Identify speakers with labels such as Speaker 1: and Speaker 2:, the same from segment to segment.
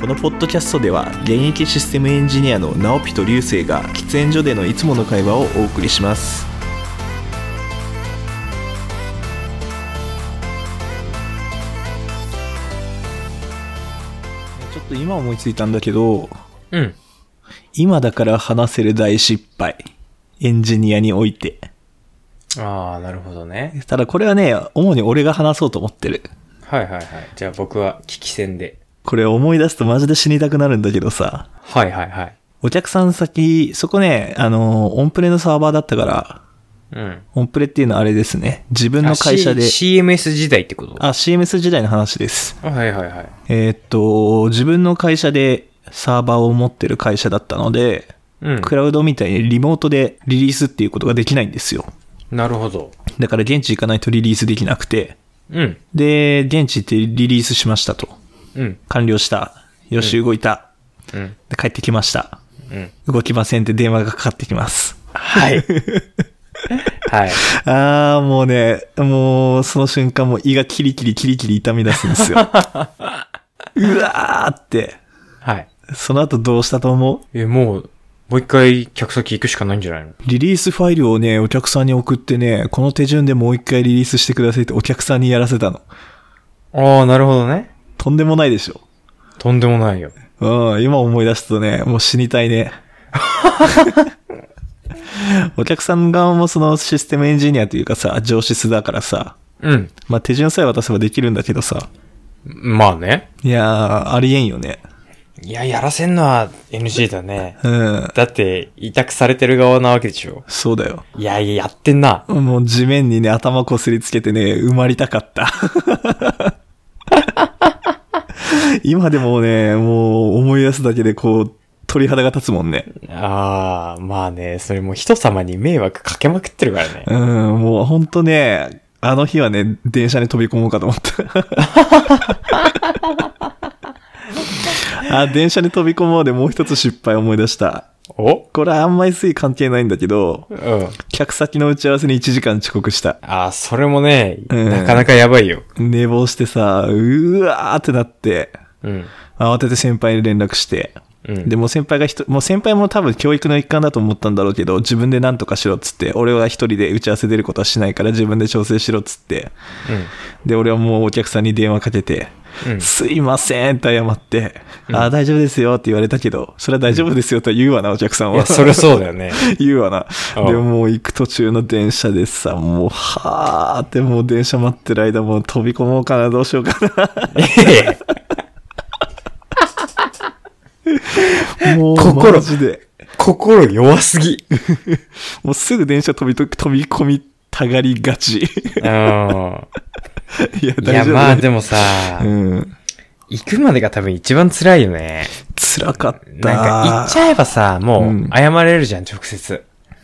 Speaker 1: このポッドキャストでは現役システムエンジニアの直ピと流星が喫煙所でのいつもの会話をお送りしますちょっと今思いついたんだけど
Speaker 2: うん。
Speaker 1: 今だから話せる大失敗エンジニアにおいて
Speaker 2: ああ、なるほどね。
Speaker 1: ただこれはね主に俺が話そうと思ってる
Speaker 2: はいはいはい。じゃあ僕は聞き戦で。
Speaker 1: これ思い出すとマジで死にたくなるんだけどさ
Speaker 2: はいはいはい。
Speaker 1: お客さん先、そこね、あの、オンプレのサーバーだったから、
Speaker 2: うん。
Speaker 1: オンプレっていうのはあれですね。自分の会社で
Speaker 2: あ、C- CMS 時代ってこと
Speaker 1: あ、CMS 時代の話です。
Speaker 2: あはいはいはい。
Speaker 1: えーっと、自分の会社でサーバーを持ってる会社だったので、
Speaker 2: うん。
Speaker 1: クラウドみたいにリモートでリリースっていうことができないんですよ。
Speaker 2: なるほど。
Speaker 1: だから現地行かないとリリースできなくて、
Speaker 2: うん。
Speaker 1: で、現地行ってリリースしましたと。
Speaker 2: うん。
Speaker 1: 完了した。よし、動いた。
Speaker 2: うん。
Speaker 1: で、帰ってきました。
Speaker 2: うん。
Speaker 1: 動きませんって電話がかかってきます。
Speaker 2: はい。 はい。
Speaker 1: ああ、もうね、もう、その瞬間もう胃がキリキリキリキリ痛み出すんですよ。うわーって。
Speaker 2: はい。
Speaker 1: その後どうしたと思う
Speaker 2: え、もう、もう一回客先行くしかないんじゃないの
Speaker 1: リリースファイルをね、お客さんに送ってね、この手順でもう一回リリースしてくださいってお客さんにやらせたの。
Speaker 2: ああ、なるほどね。
Speaker 1: とんでもないでしょ。
Speaker 2: とんでもないよ。
Speaker 1: うん、今思い出すとね、もう死にたいね。お客さん側もそのシステムエンジニアというかさ、上質だからさ、
Speaker 2: うん。
Speaker 1: まあ手順さえ渡せばできるんだけどさ、
Speaker 2: まあね。
Speaker 1: いやー、ありえんよね。
Speaker 2: いや、やらせんのは NG だね。
Speaker 1: うん。
Speaker 2: だって、委託されてる側なわけでしょ。
Speaker 1: そうだよ。
Speaker 2: いやいや、やってんな。
Speaker 1: もう地面にね、頭こすりつけてね、埋まりたかった。 今でもね、もう思い出すだけでこう、鳥肌が立つもんね。
Speaker 2: ああ、まあね、それもう人様に迷惑かけまくってるからね。
Speaker 1: うん、もうほんとね、あの日はね、電車に飛び込もうかと思 った。あ、電車に飛び込もうでもう一つ失敗思い出した。
Speaker 2: お
Speaker 1: これあんまりつい関係ないんだけど、
Speaker 2: うん。
Speaker 1: 客先の打ち合わせに1時間遅刻した。
Speaker 2: ああ、それもね、
Speaker 1: うん
Speaker 2: なかなかやばいよ。
Speaker 1: 寝坊してさ、うわーってなって、
Speaker 2: うん。
Speaker 1: 慌てて先輩に連絡して、
Speaker 2: うん
Speaker 1: でもう先輩がひともう先輩も多分教育の一環だと思ったんだろうけど自分で何とかしろっつって俺は一人で打ち合わせ出ることはしないから自分で調整しろっつってで俺はもうお客さんに電話かけて「
Speaker 2: うん
Speaker 1: すいません」って謝って「あー大丈夫ですよ」って言われたけどそれは大丈夫ですよとは言うわなお客さん
Speaker 2: うん。
Speaker 1: は。
Speaker 2: いや、それそうだよね。
Speaker 1: 言うわな。
Speaker 2: うん
Speaker 1: でもう行く途中の電車でさ、もう、はーってもう電車待ってる間もう飛び込もうかな、どうしようかな。もう、
Speaker 2: 心
Speaker 1: マジで。
Speaker 2: 心弱すぎ。
Speaker 1: もうすぐ電車飛びと、飛び込みたがりが ち。い
Speaker 2: うん。いや、
Speaker 1: や、大丈夫。
Speaker 2: まあでもさ、
Speaker 1: うん。
Speaker 2: 行くまでが多分一番辛いよね。
Speaker 1: 辛かった。
Speaker 2: なんか行っちゃえばさ、も
Speaker 1: うん
Speaker 2: う謝れるじゃん、直接。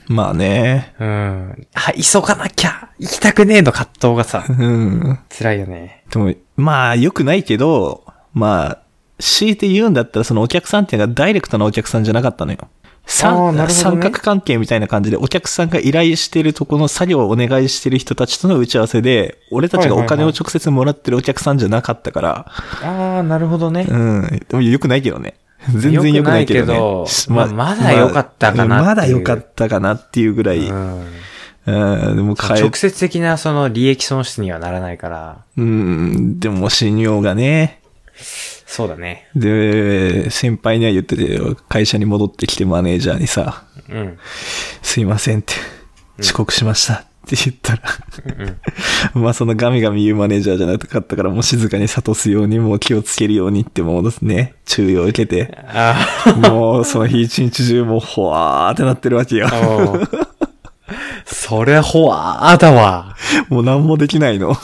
Speaker 1: まあね。
Speaker 2: うん。あ、急がなきゃ行きたくねえの葛藤がさ、
Speaker 1: うん。
Speaker 2: 辛いよね。
Speaker 1: でも、まあ、良くないけど、まあ、強いて言うんだったら、そのお客さんっていうのがダイレクトなお客さんじゃなかったのよ。三
Speaker 2: あーなるほどね
Speaker 1: 三角関係みたいな感じで、お客さんが依頼してるとこの作業をお願いしてる人たちとの打ち合わせで、俺たちがお金を直接もらってるお客さんじゃなかったから、
Speaker 2: ああ、なるほどね。
Speaker 1: うん、でも良くないけどね。全然良くないけどね。
Speaker 2: 良くないけどまあまだ良かったかなっていう
Speaker 1: まだ良かったかなっていうぐらい、う、
Speaker 2: うんん。
Speaker 1: でも変え
Speaker 2: 直、接的なその利益損失にはならないから、
Speaker 1: うん、でも信用がね、
Speaker 2: そうだね。
Speaker 1: で、先輩には言ってて、会社に戻ってきてマネージャーにさ、
Speaker 2: うん。
Speaker 1: すいませんって、遅刻しましたって言ったら、
Speaker 2: うん。
Speaker 1: まあそのガミガミ言うマネージャーじゃなかったから、もう静かに諭すように、もう気をつけるようにってもうですね、注意を受けて、
Speaker 2: あ
Speaker 1: もうその日一日中もうほわーってなってるわけよ。
Speaker 2: あ、もう。それほわーだわ。
Speaker 1: もう何もできないの。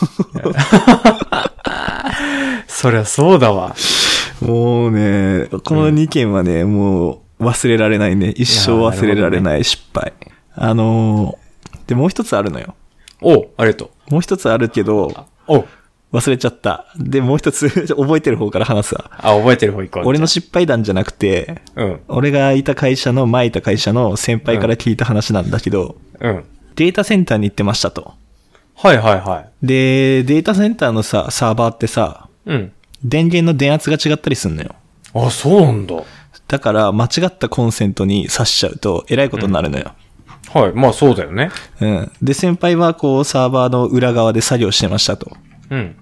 Speaker 2: そりゃそうだわ。
Speaker 1: もうね、この2件はね、もう忘れられないね。一生忘れられない失敗。あのー、で、もう一つあるのよ。
Speaker 2: おありがとう。
Speaker 1: もう一つあるけど、
Speaker 2: お
Speaker 1: 忘れちゃった。で、もう一つ 覚えてる方から話すわ。
Speaker 2: あ、覚えてる方行こう。
Speaker 1: 俺の失敗談じゃなくて、
Speaker 2: うん。
Speaker 1: 俺がいた会社の、前いた会社の先輩から聞いた話なんだけど、
Speaker 2: うん。
Speaker 1: データセンターに行ってましたと。
Speaker 2: はいはいはい。
Speaker 1: で、データセンターのさ、サーバーってさ、
Speaker 2: うん。
Speaker 1: 電源の電圧が違ったりすんのよ。
Speaker 2: あ、そうなんだ。は
Speaker 1: だから、間違ったコンセントに挿しちゃうと、えらいことになるのよ。
Speaker 2: い。まあそうだよね。
Speaker 1: うん。で、先輩は、こう、サーバーの裏側で作業してましたと。
Speaker 2: うん。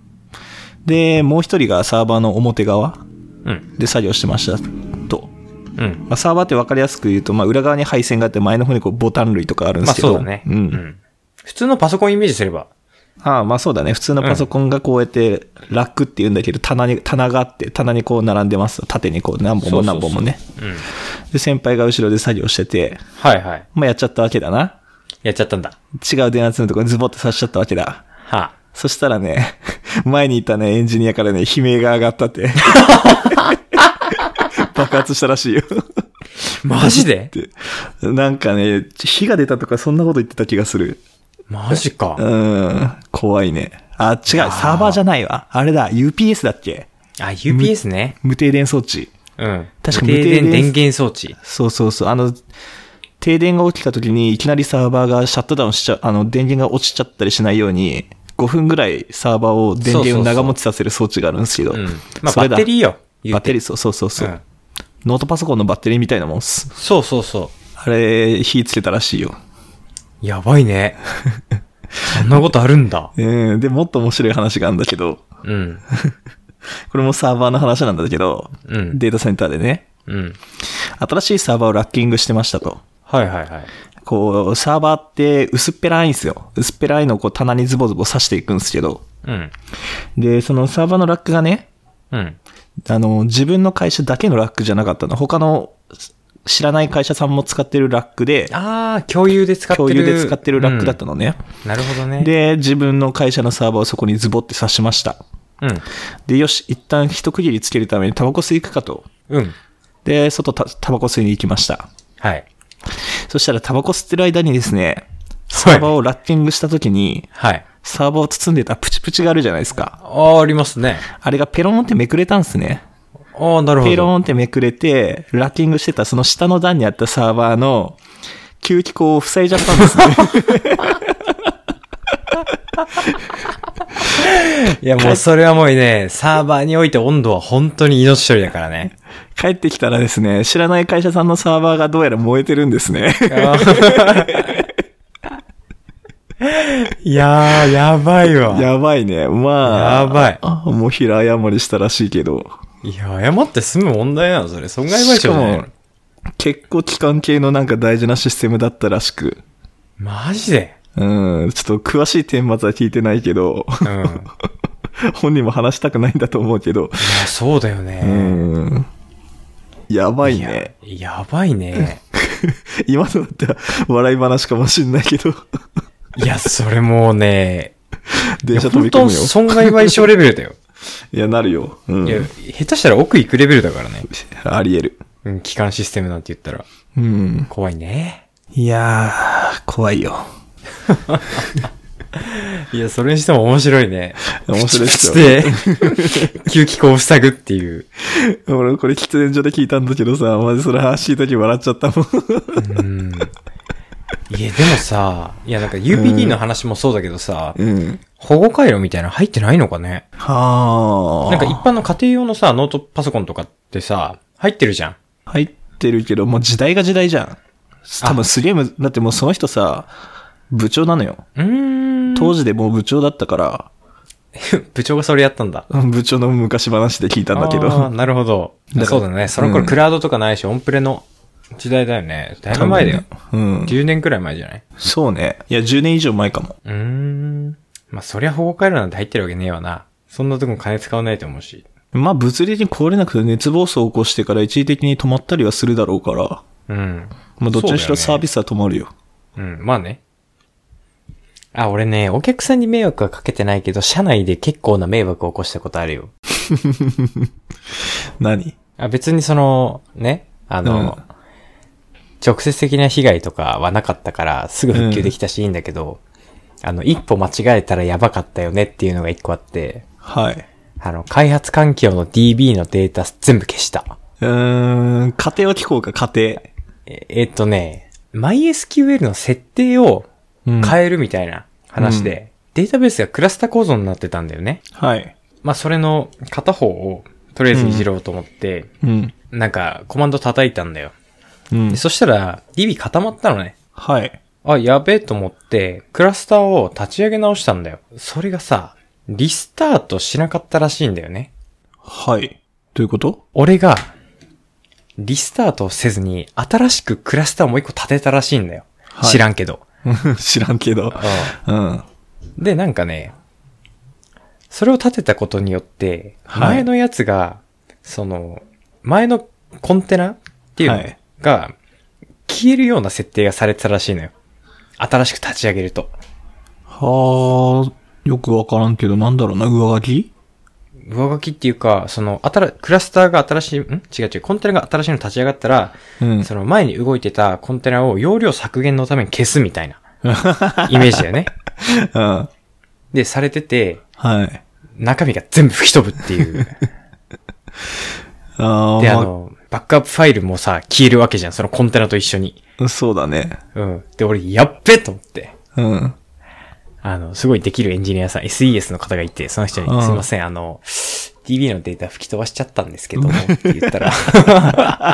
Speaker 1: で、もう一人がサーバーの表側
Speaker 2: うん。
Speaker 1: で作業してましたと。
Speaker 2: うん。
Speaker 1: まあ、サーバーって分かりやすく言うと、まあ、裏側に配線があって、前の方にこうボタン類とかあるんで
Speaker 2: まあ
Speaker 1: すけど。
Speaker 2: そうだね。
Speaker 1: ん。
Speaker 2: 普通のパソコンイメージすれば。
Speaker 1: ああまあそうだね。普通のパソコンがこうやって、ラックって言うんだけど、棚に、棚があって、棚にこう並んでますと。縦にこう何本も何本もね。
Speaker 2: うん。
Speaker 1: で、先輩が後ろで作業してて、
Speaker 2: はいはい。
Speaker 1: まあやっちゃったわけだな。
Speaker 2: やっちゃったんだ。
Speaker 1: 違う電圧のところにズボッと刺しちゃったわけだ。
Speaker 2: は
Speaker 1: そしたらね、 前にいたね、エンジニアからね、悲鳴が上がった って。爆発したらしいよ。
Speaker 2: あ、マジで
Speaker 1: ってなんかね、火が出たとかそんなこと言ってた気がする。
Speaker 2: マジか。
Speaker 1: うん、怖いね。あ、違う、サーバーじゃないわ。あれだ、UPS だっけ
Speaker 2: あ、UPS ね。
Speaker 1: 無停電装置。
Speaker 2: うん。
Speaker 1: 確か
Speaker 2: 無
Speaker 1: 無
Speaker 2: 停電
Speaker 1: 停電
Speaker 2: 電源装置。
Speaker 1: そうそうそう。あの、停電が起きた時にいきなりサーバーがシャットダウンしちゃう、あの、電源が落ちちゃったりしないように、5分ぐらいサーバーを電源を長持ちさせる装置があるんですけど。
Speaker 2: うん。まあ
Speaker 1: そ
Speaker 2: バ
Speaker 1: れだ
Speaker 2: ッテリーよ。
Speaker 1: バッテリ
Speaker 2: リ
Speaker 1: ー、そうそうそうそう、
Speaker 2: うん
Speaker 1: ノートパソコンのバッテリーみたいなもんっす。
Speaker 2: そうそうそ
Speaker 1: あれ、火つけたらしいよ。
Speaker 2: う。やば いね。そんなことあるんだ。
Speaker 1: うん。で、もっと面白い話があるんだけど、
Speaker 2: うん。
Speaker 1: これもサーバーの話なんだけど、
Speaker 2: うん
Speaker 1: データセンターでね、
Speaker 2: うん。
Speaker 1: 新しいサーバーをラッキングしてましたと。
Speaker 2: はいはいはい。
Speaker 1: こう、サーバーって薄っぺらいんですよ。薄っぺらいのをこう棚にズボズボ刺していくんですけど。
Speaker 2: うん。
Speaker 1: で、そのサーバーのラックがね、
Speaker 2: うん。
Speaker 1: あの、自分の会社だけのラックじゃなかったの。他の知らない会社さんも使ってるラックで、
Speaker 2: ああ、共有で使ってる。
Speaker 1: 共有で使ってるラックだったのね。
Speaker 2: うん。なるほどね。、
Speaker 1: で、自分の会社のサーバーをそこにズボって刺しました。
Speaker 2: うん。
Speaker 1: で、よし、一旦一区切りつけるためにタバコ吸い行くかと。
Speaker 2: うん。
Speaker 1: で、外たタバコ吸いに行きました。
Speaker 2: はい。
Speaker 1: そしたらタバコ吸ってる間にですね、サーバーをラッキングした時に、
Speaker 2: はい。
Speaker 1: サーバーを包んでたプチプチがあるじゃないですか。
Speaker 2: ああ、ありますね。
Speaker 1: あれがペロンってめくれたんですね。
Speaker 2: ああ、なるほど。
Speaker 1: ペロンってめくれて、ラッキングしてたその下の段にあったサーバーの吸気口を塞いじゃったん ですね。
Speaker 2: いや、もうそれはもうね、サーバーにおいて温度は本当に命取りだからね。
Speaker 1: 帰ってきたらですね、知らない会社さんのサーバーがどうやら燃えてるんですね。
Speaker 2: いやー、やばいわ。
Speaker 1: やばいね。まあ。
Speaker 2: やばい
Speaker 1: あ。もう平謝りしたらしいけど。
Speaker 2: いや、謝って済む問題なの、それ。損害賠償
Speaker 1: し
Speaker 2: じ
Speaker 1: か
Speaker 2: ゃない
Speaker 1: も
Speaker 2: の。、
Speaker 1: 結構機関系のなんか大事なシステムだったらしく。
Speaker 2: マジで
Speaker 1: うん、ちょっと詳しい点末は聞いてないけど、
Speaker 2: うん。いや、
Speaker 1: 本人も話したくないんだと思うけど、
Speaker 2: そうだよ
Speaker 1: う
Speaker 2: ね。
Speaker 1: ん。やばいね。
Speaker 2: いや、やばいね。
Speaker 1: 今のだったら笑い話かもしんないけど、
Speaker 2: いや、それもうね、い
Speaker 1: 電
Speaker 2: や
Speaker 1: 車飛び込
Speaker 2: 本当
Speaker 1: むよ。
Speaker 2: 損害賠償レベルだよ。
Speaker 1: いや、なるよ。う
Speaker 2: いや
Speaker 1: ん。、
Speaker 2: 下手したら奥行くレベルだからね。
Speaker 1: あり得る。
Speaker 2: うん、機関システムなんて言ったら。
Speaker 1: うん。
Speaker 2: 怖いね。
Speaker 1: いやー、怖いよ。
Speaker 2: いや、それにしても面白いね。
Speaker 1: 面白いっす よ
Speaker 2: で、 吸気口を塞ぐっていう。
Speaker 1: 俺、これ喫煙所で聞いたんだけどさ、マジそれ話聞いた時笑っちゃったもん。
Speaker 2: うん。いや、でもさ、いや、なんか UPD の話もそうだけどさ、
Speaker 1: うん。
Speaker 2: 保護回路みたいなの入ってないのかね
Speaker 1: はあ。
Speaker 2: なんか一般の家庭用のさ、ノートパソコンとかってさ、入ってるじゃん。
Speaker 1: 入ってるけど、もう時代が時代じゃん。多分すげえむ、だってもうその人さ、部長なのよ。
Speaker 2: うーん。
Speaker 1: 当時でもう部長だったから、
Speaker 2: 部長がそれやったんだ。
Speaker 1: うん部長の昔話で聞いたんだけ
Speaker 2: あー
Speaker 1: ど。
Speaker 2: なるほど
Speaker 1: だか。ら
Speaker 2: そうだね。その頃、
Speaker 1: うん
Speaker 2: クラウドとかないし、オンプレの時代だよね。だいぶ前だよ。
Speaker 1: 多分ね。うん。
Speaker 2: 10年くらい前じゃない
Speaker 1: そうね。いや、10年以上前かも。
Speaker 2: うーん。まあ、そりゃ保護回路なんて入ってるわけねえわな。そんなとこ金使わないと思うし。
Speaker 1: まあ、物理的に壊れなくて熱暴走を起こしてから一時的に止まったりはするだろうから、
Speaker 2: うん。
Speaker 1: まあ、どっちにしろサービ
Speaker 2: ス。
Speaker 1: スは止まるよ。
Speaker 2: うん、まあね。あ、俺ね、お客さんに迷惑はかけてないけど、社内で結構な迷惑を起こしたことあるよ。
Speaker 1: 何
Speaker 2: あ別にその、ね、あの、
Speaker 1: うん
Speaker 2: 直接的な被害とかはなかったから、すぐ復旧できたしいいんだけど、あの、一歩間違えたらやばかったよねっていうのが一個あって、
Speaker 1: はい。
Speaker 2: あの、開発環境の DB のデータ全部消した。
Speaker 1: うーん、家庭を聞こうか、家
Speaker 2: え、えっとね、MySQL の設定を
Speaker 1: 庭。うん、
Speaker 2: 変えるみたいな話で、データベースがクラスター構造になってたんだよね。
Speaker 1: はい。
Speaker 2: まあ、それの片方をとりあえずいじろうと思って、
Speaker 1: うん。
Speaker 2: なんか、コマンド叩いたんだよ。
Speaker 1: うん
Speaker 2: で。そしたら、DB 固まったのね。
Speaker 1: はい。
Speaker 2: あ、やべえと思って、クラスターを立ち上げ直したんだよ。それがさ、リスタートしなかったらしいんだよね。
Speaker 1: はい。どういう こと
Speaker 2: 俺が、リスタートをせずに、新しくクラスターをもう一個立てたらしいんだよ。
Speaker 1: はい
Speaker 2: 知らんけど。
Speaker 1: うん知らんけど。うん。
Speaker 2: で、なんかね、それを立てたことによって、
Speaker 1: はい
Speaker 2: 前のやつが、その、前のコンテナっていうの
Speaker 1: はい
Speaker 2: が、消えるような設定がされてたらしいのよ。新しく立ち上げると。
Speaker 1: はあ、よくわからんけど、なんだろうな、上書き
Speaker 2: 上書きっていうか、その、新、クラスターが新しい、ん違う違う、コンテナが新しいの立ち上がったら、
Speaker 1: うん。
Speaker 2: その前に動いてたコンテナを容量削減のために消すみたいな、イメージだよ ね。
Speaker 1: うん。
Speaker 2: で、されてて、
Speaker 1: はい。
Speaker 2: 中身が全部吹き飛ぶっていう。
Speaker 1: あ
Speaker 2: で、あ
Speaker 1: あ、ま
Speaker 2: の、バックアップファイルもさ、消えるわけじゃん、そのコンテナと一緒に。
Speaker 1: あ、そうだね。
Speaker 2: うん。で、俺、やっべと思って。
Speaker 1: うん。
Speaker 2: あの、すごいできるエンジニアさん、SES の方がいて、その人に、
Speaker 1: うん
Speaker 2: すいません、あの、DB のデータ吹き飛ばしちゃったんです けど、って言ったら、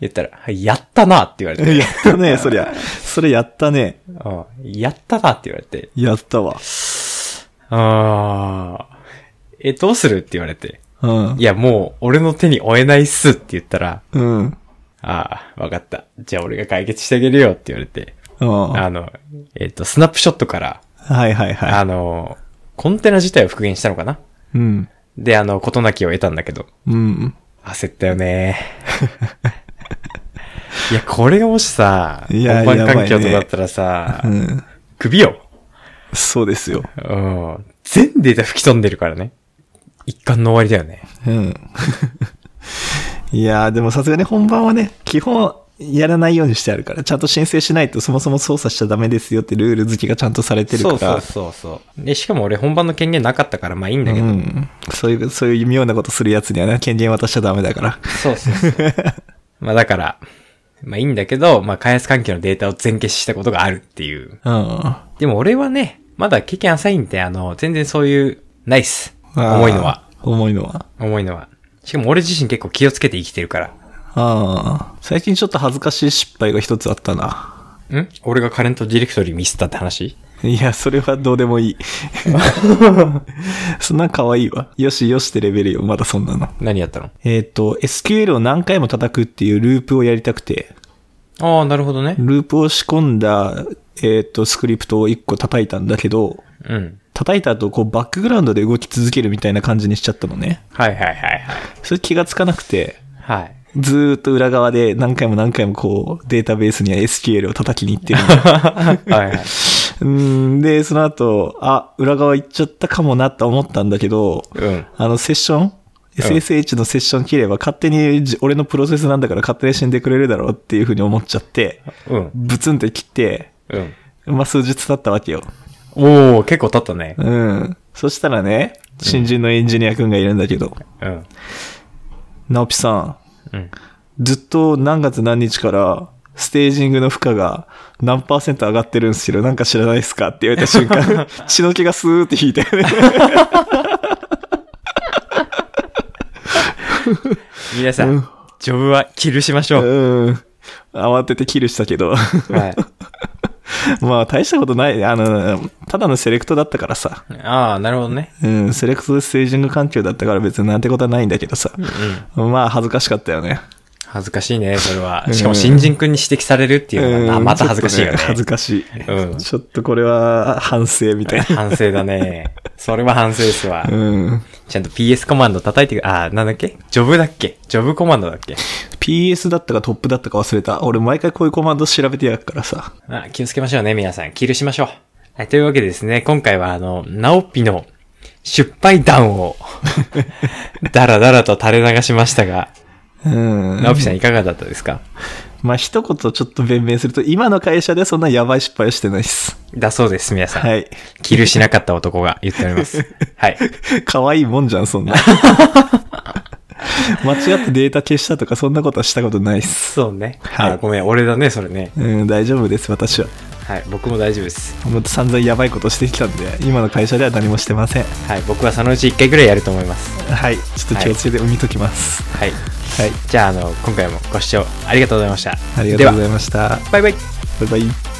Speaker 2: 言ったら、はいやったなって言われて、
Speaker 1: やったね、そりゃ。それやったね。
Speaker 2: うん、やったなって言われて、
Speaker 1: やったわ。
Speaker 2: あー、え、どうするって言われて、
Speaker 1: うん
Speaker 2: い。や、もう、俺の手に負えないっすって言ったら、
Speaker 1: うん。
Speaker 2: ああ、わかった。じゃあ俺が解決してあげるよって言われて、
Speaker 1: うん。は
Speaker 2: あの、えっ、と、スナップショットから、
Speaker 1: いはいは。
Speaker 2: あの、コンテナ自体を復元したのかない
Speaker 1: うん。
Speaker 2: で、あの、事なきを得たんだけど、
Speaker 1: うん。
Speaker 2: 焦った よね。いや、これがもしさ、
Speaker 1: いや
Speaker 2: 本番環
Speaker 1: やば
Speaker 2: 境
Speaker 1: い
Speaker 2: と
Speaker 1: ね
Speaker 2: だったらさ、
Speaker 1: うん。
Speaker 2: 首よ。
Speaker 1: そうですよ。
Speaker 2: うん。全データ吹き飛んでるからね。一貫の終わりだよね。
Speaker 1: うん。いやー、でもさすがに本番はね、基本やらないようにしてあるから、ちゃんと申請しないとそもそも操作しちゃダメですよってルール付きがちゃんとされてるから。
Speaker 2: そうそうそうそう。で、しかも俺本番の権限なかったから、まあいいんだけど、
Speaker 1: うん。そういう、そういう妙なことするやつにはね、権限渡しちゃダメだから。
Speaker 2: そうそうそう。 まあだから、まあいいんだけど、まあ開発関係のデータを全消ししたことがあるっていう。
Speaker 1: うん。
Speaker 2: でも俺はね、まだ経験浅いんで、あの、全然そういう、ないっす。
Speaker 1: あー
Speaker 2: 重いのは。。
Speaker 1: 重いのは。
Speaker 2: 重いのは。しかも俺自身結構気をつけて生きてるから。
Speaker 1: ああ。最近ちょっと恥ずかしい失敗が一つあったな。
Speaker 2: ん俺がカレントディレクトリーミスったって話
Speaker 1: いや、それはどうでもいい。 そんな可愛いわ。よしよしってレベルよ、まだそんなの。
Speaker 2: 何やったの
Speaker 1: えっ、と、SQL を何回も叩くっていうループをやりたくて、
Speaker 2: ああ、なるほどね。
Speaker 1: ループを仕込んだ、えっ、と、スクリプトを1個叩いたんだけど、
Speaker 2: うん。
Speaker 1: 叩いた後、こう、バックグラウンドで動き続けるみたいな感じにしちゃったのね。
Speaker 2: はいはいはいはい。
Speaker 1: それ気がつかなくて、
Speaker 2: はい。
Speaker 1: ずーっと裏側で何回も何回もこう、データベースには SQL を叩きに行ってる。
Speaker 2: はい はい。
Speaker 1: うん、で、その後、あ、裏側行っちゃったかもなって思ったんだけど、
Speaker 2: うん。
Speaker 1: あの、セッション ?SSH のセッション切れば勝手にじ俺のプロセスなんだから勝手に死んでくれるだろうっていうふうに思っちゃって、
Speaker 2: うん。
Speaker 1: ブツンって切って、
Speaker 2: うん。
Speaker 1: まあ、数日経ったわけよ。
Speaker 2: おー、結構経ったね。
Speaker 1: うん。そしたらね、新人のエンジニア君がいるんだけど、
Speaker 2: うん。
Speaker 1: 直樹さん、
Speaker 2: うん。
Speaker 1: ずっと何月何日から、ステージングの負荷が何パーセント上がってるんですけど、なんか知らないですかって言われた瞬 間、血の気がスーって引いて、
Speaker 2: 皆さん、ジョブはキルしましょう。
Speaker 1: うん。慌ててキルしたけど。
Speaker 2: はい。
Speaker 1: まあ、大したことない。あの、ただのセレクトだったからさ。
Speaker 2: ああ、なるほどね。
Speaker 1: うん、セレクトでステージング環境だったから別になんてことはないんだけどさ。まあ、恥ずかしかったよね。
Speaker 2: 恥ずかしいね、それは。しかも新人君に指摘されるっていうのが
Speaker 1: う
Speaker 2: な、
Speaker 1: ん
Speaker 2: また恥ずかしいよ
Speaker 1: ちょ
Speaker 2: ね
Speaker 1: っと。恥ずかしい。
Speaker 2: うん
Speaker 1: ちょっとこれは反省みたいな。
Speaker 2: 反省だね。それは反省ですわ。
Speaker 1: うん。
Speaker 2: ちゃんと PS コマンド叩いてく、ああ、なんだっけジョブだっけジョブコマンドだっけ
Speaker 1: PS だったかトップだったか忘れた。俺毎回こういうコマンド調べてやるからさ。
Speaker 2: あ気をつけましょうね、皆さん。キルしましょう。はい、というわけでですね、今回はあの、ナオピの失敗談 を、だらだらと垂れ流しましたが、
Speaker 1: うん。
Speaker 2: ナオピさんいかがだったですか
Speaker 1: まあ、一言ちょっと弁明すると、今の会社でそんなやばい失敗はしてないっす。
Speaker 2: だそうです、皆さん。
Speaker 1: はい。
Speaker 2: キルしなかった男が言っております。はい。
Speaker 1: 可愛いもんじゃん、そんな。間違ってデータ消したとか、そんなことはしたことないっす。
Speaker 2: そうね。
Speaker 1: はい
Speaker 2: あごめん、俺だね、それね。
Speaker 1: うん、大丈夫です、私は。
Speaker 2: はい、僕も大丈夫です。
Speaker 1: もっと散々やばいことしてきたんで今の会社では何もしてません
Speaker 2: はい、僕はそのうち1回ぐらいやると思います。
Speaker 1: はいちょっと気をつけて見ときます
Speaker 2: はい。
Speaker 1: はい、
Speaker 2: じゃあ、あの、今回もご視聴ありがとうございました。
Speaker 1: ありがとうご
Speaker 2: で
Speaker 1: ざ
Speaker 2: はい
Speaker 1: ました
Speaker 2: バイバイ。
Speaker 1: バイバイ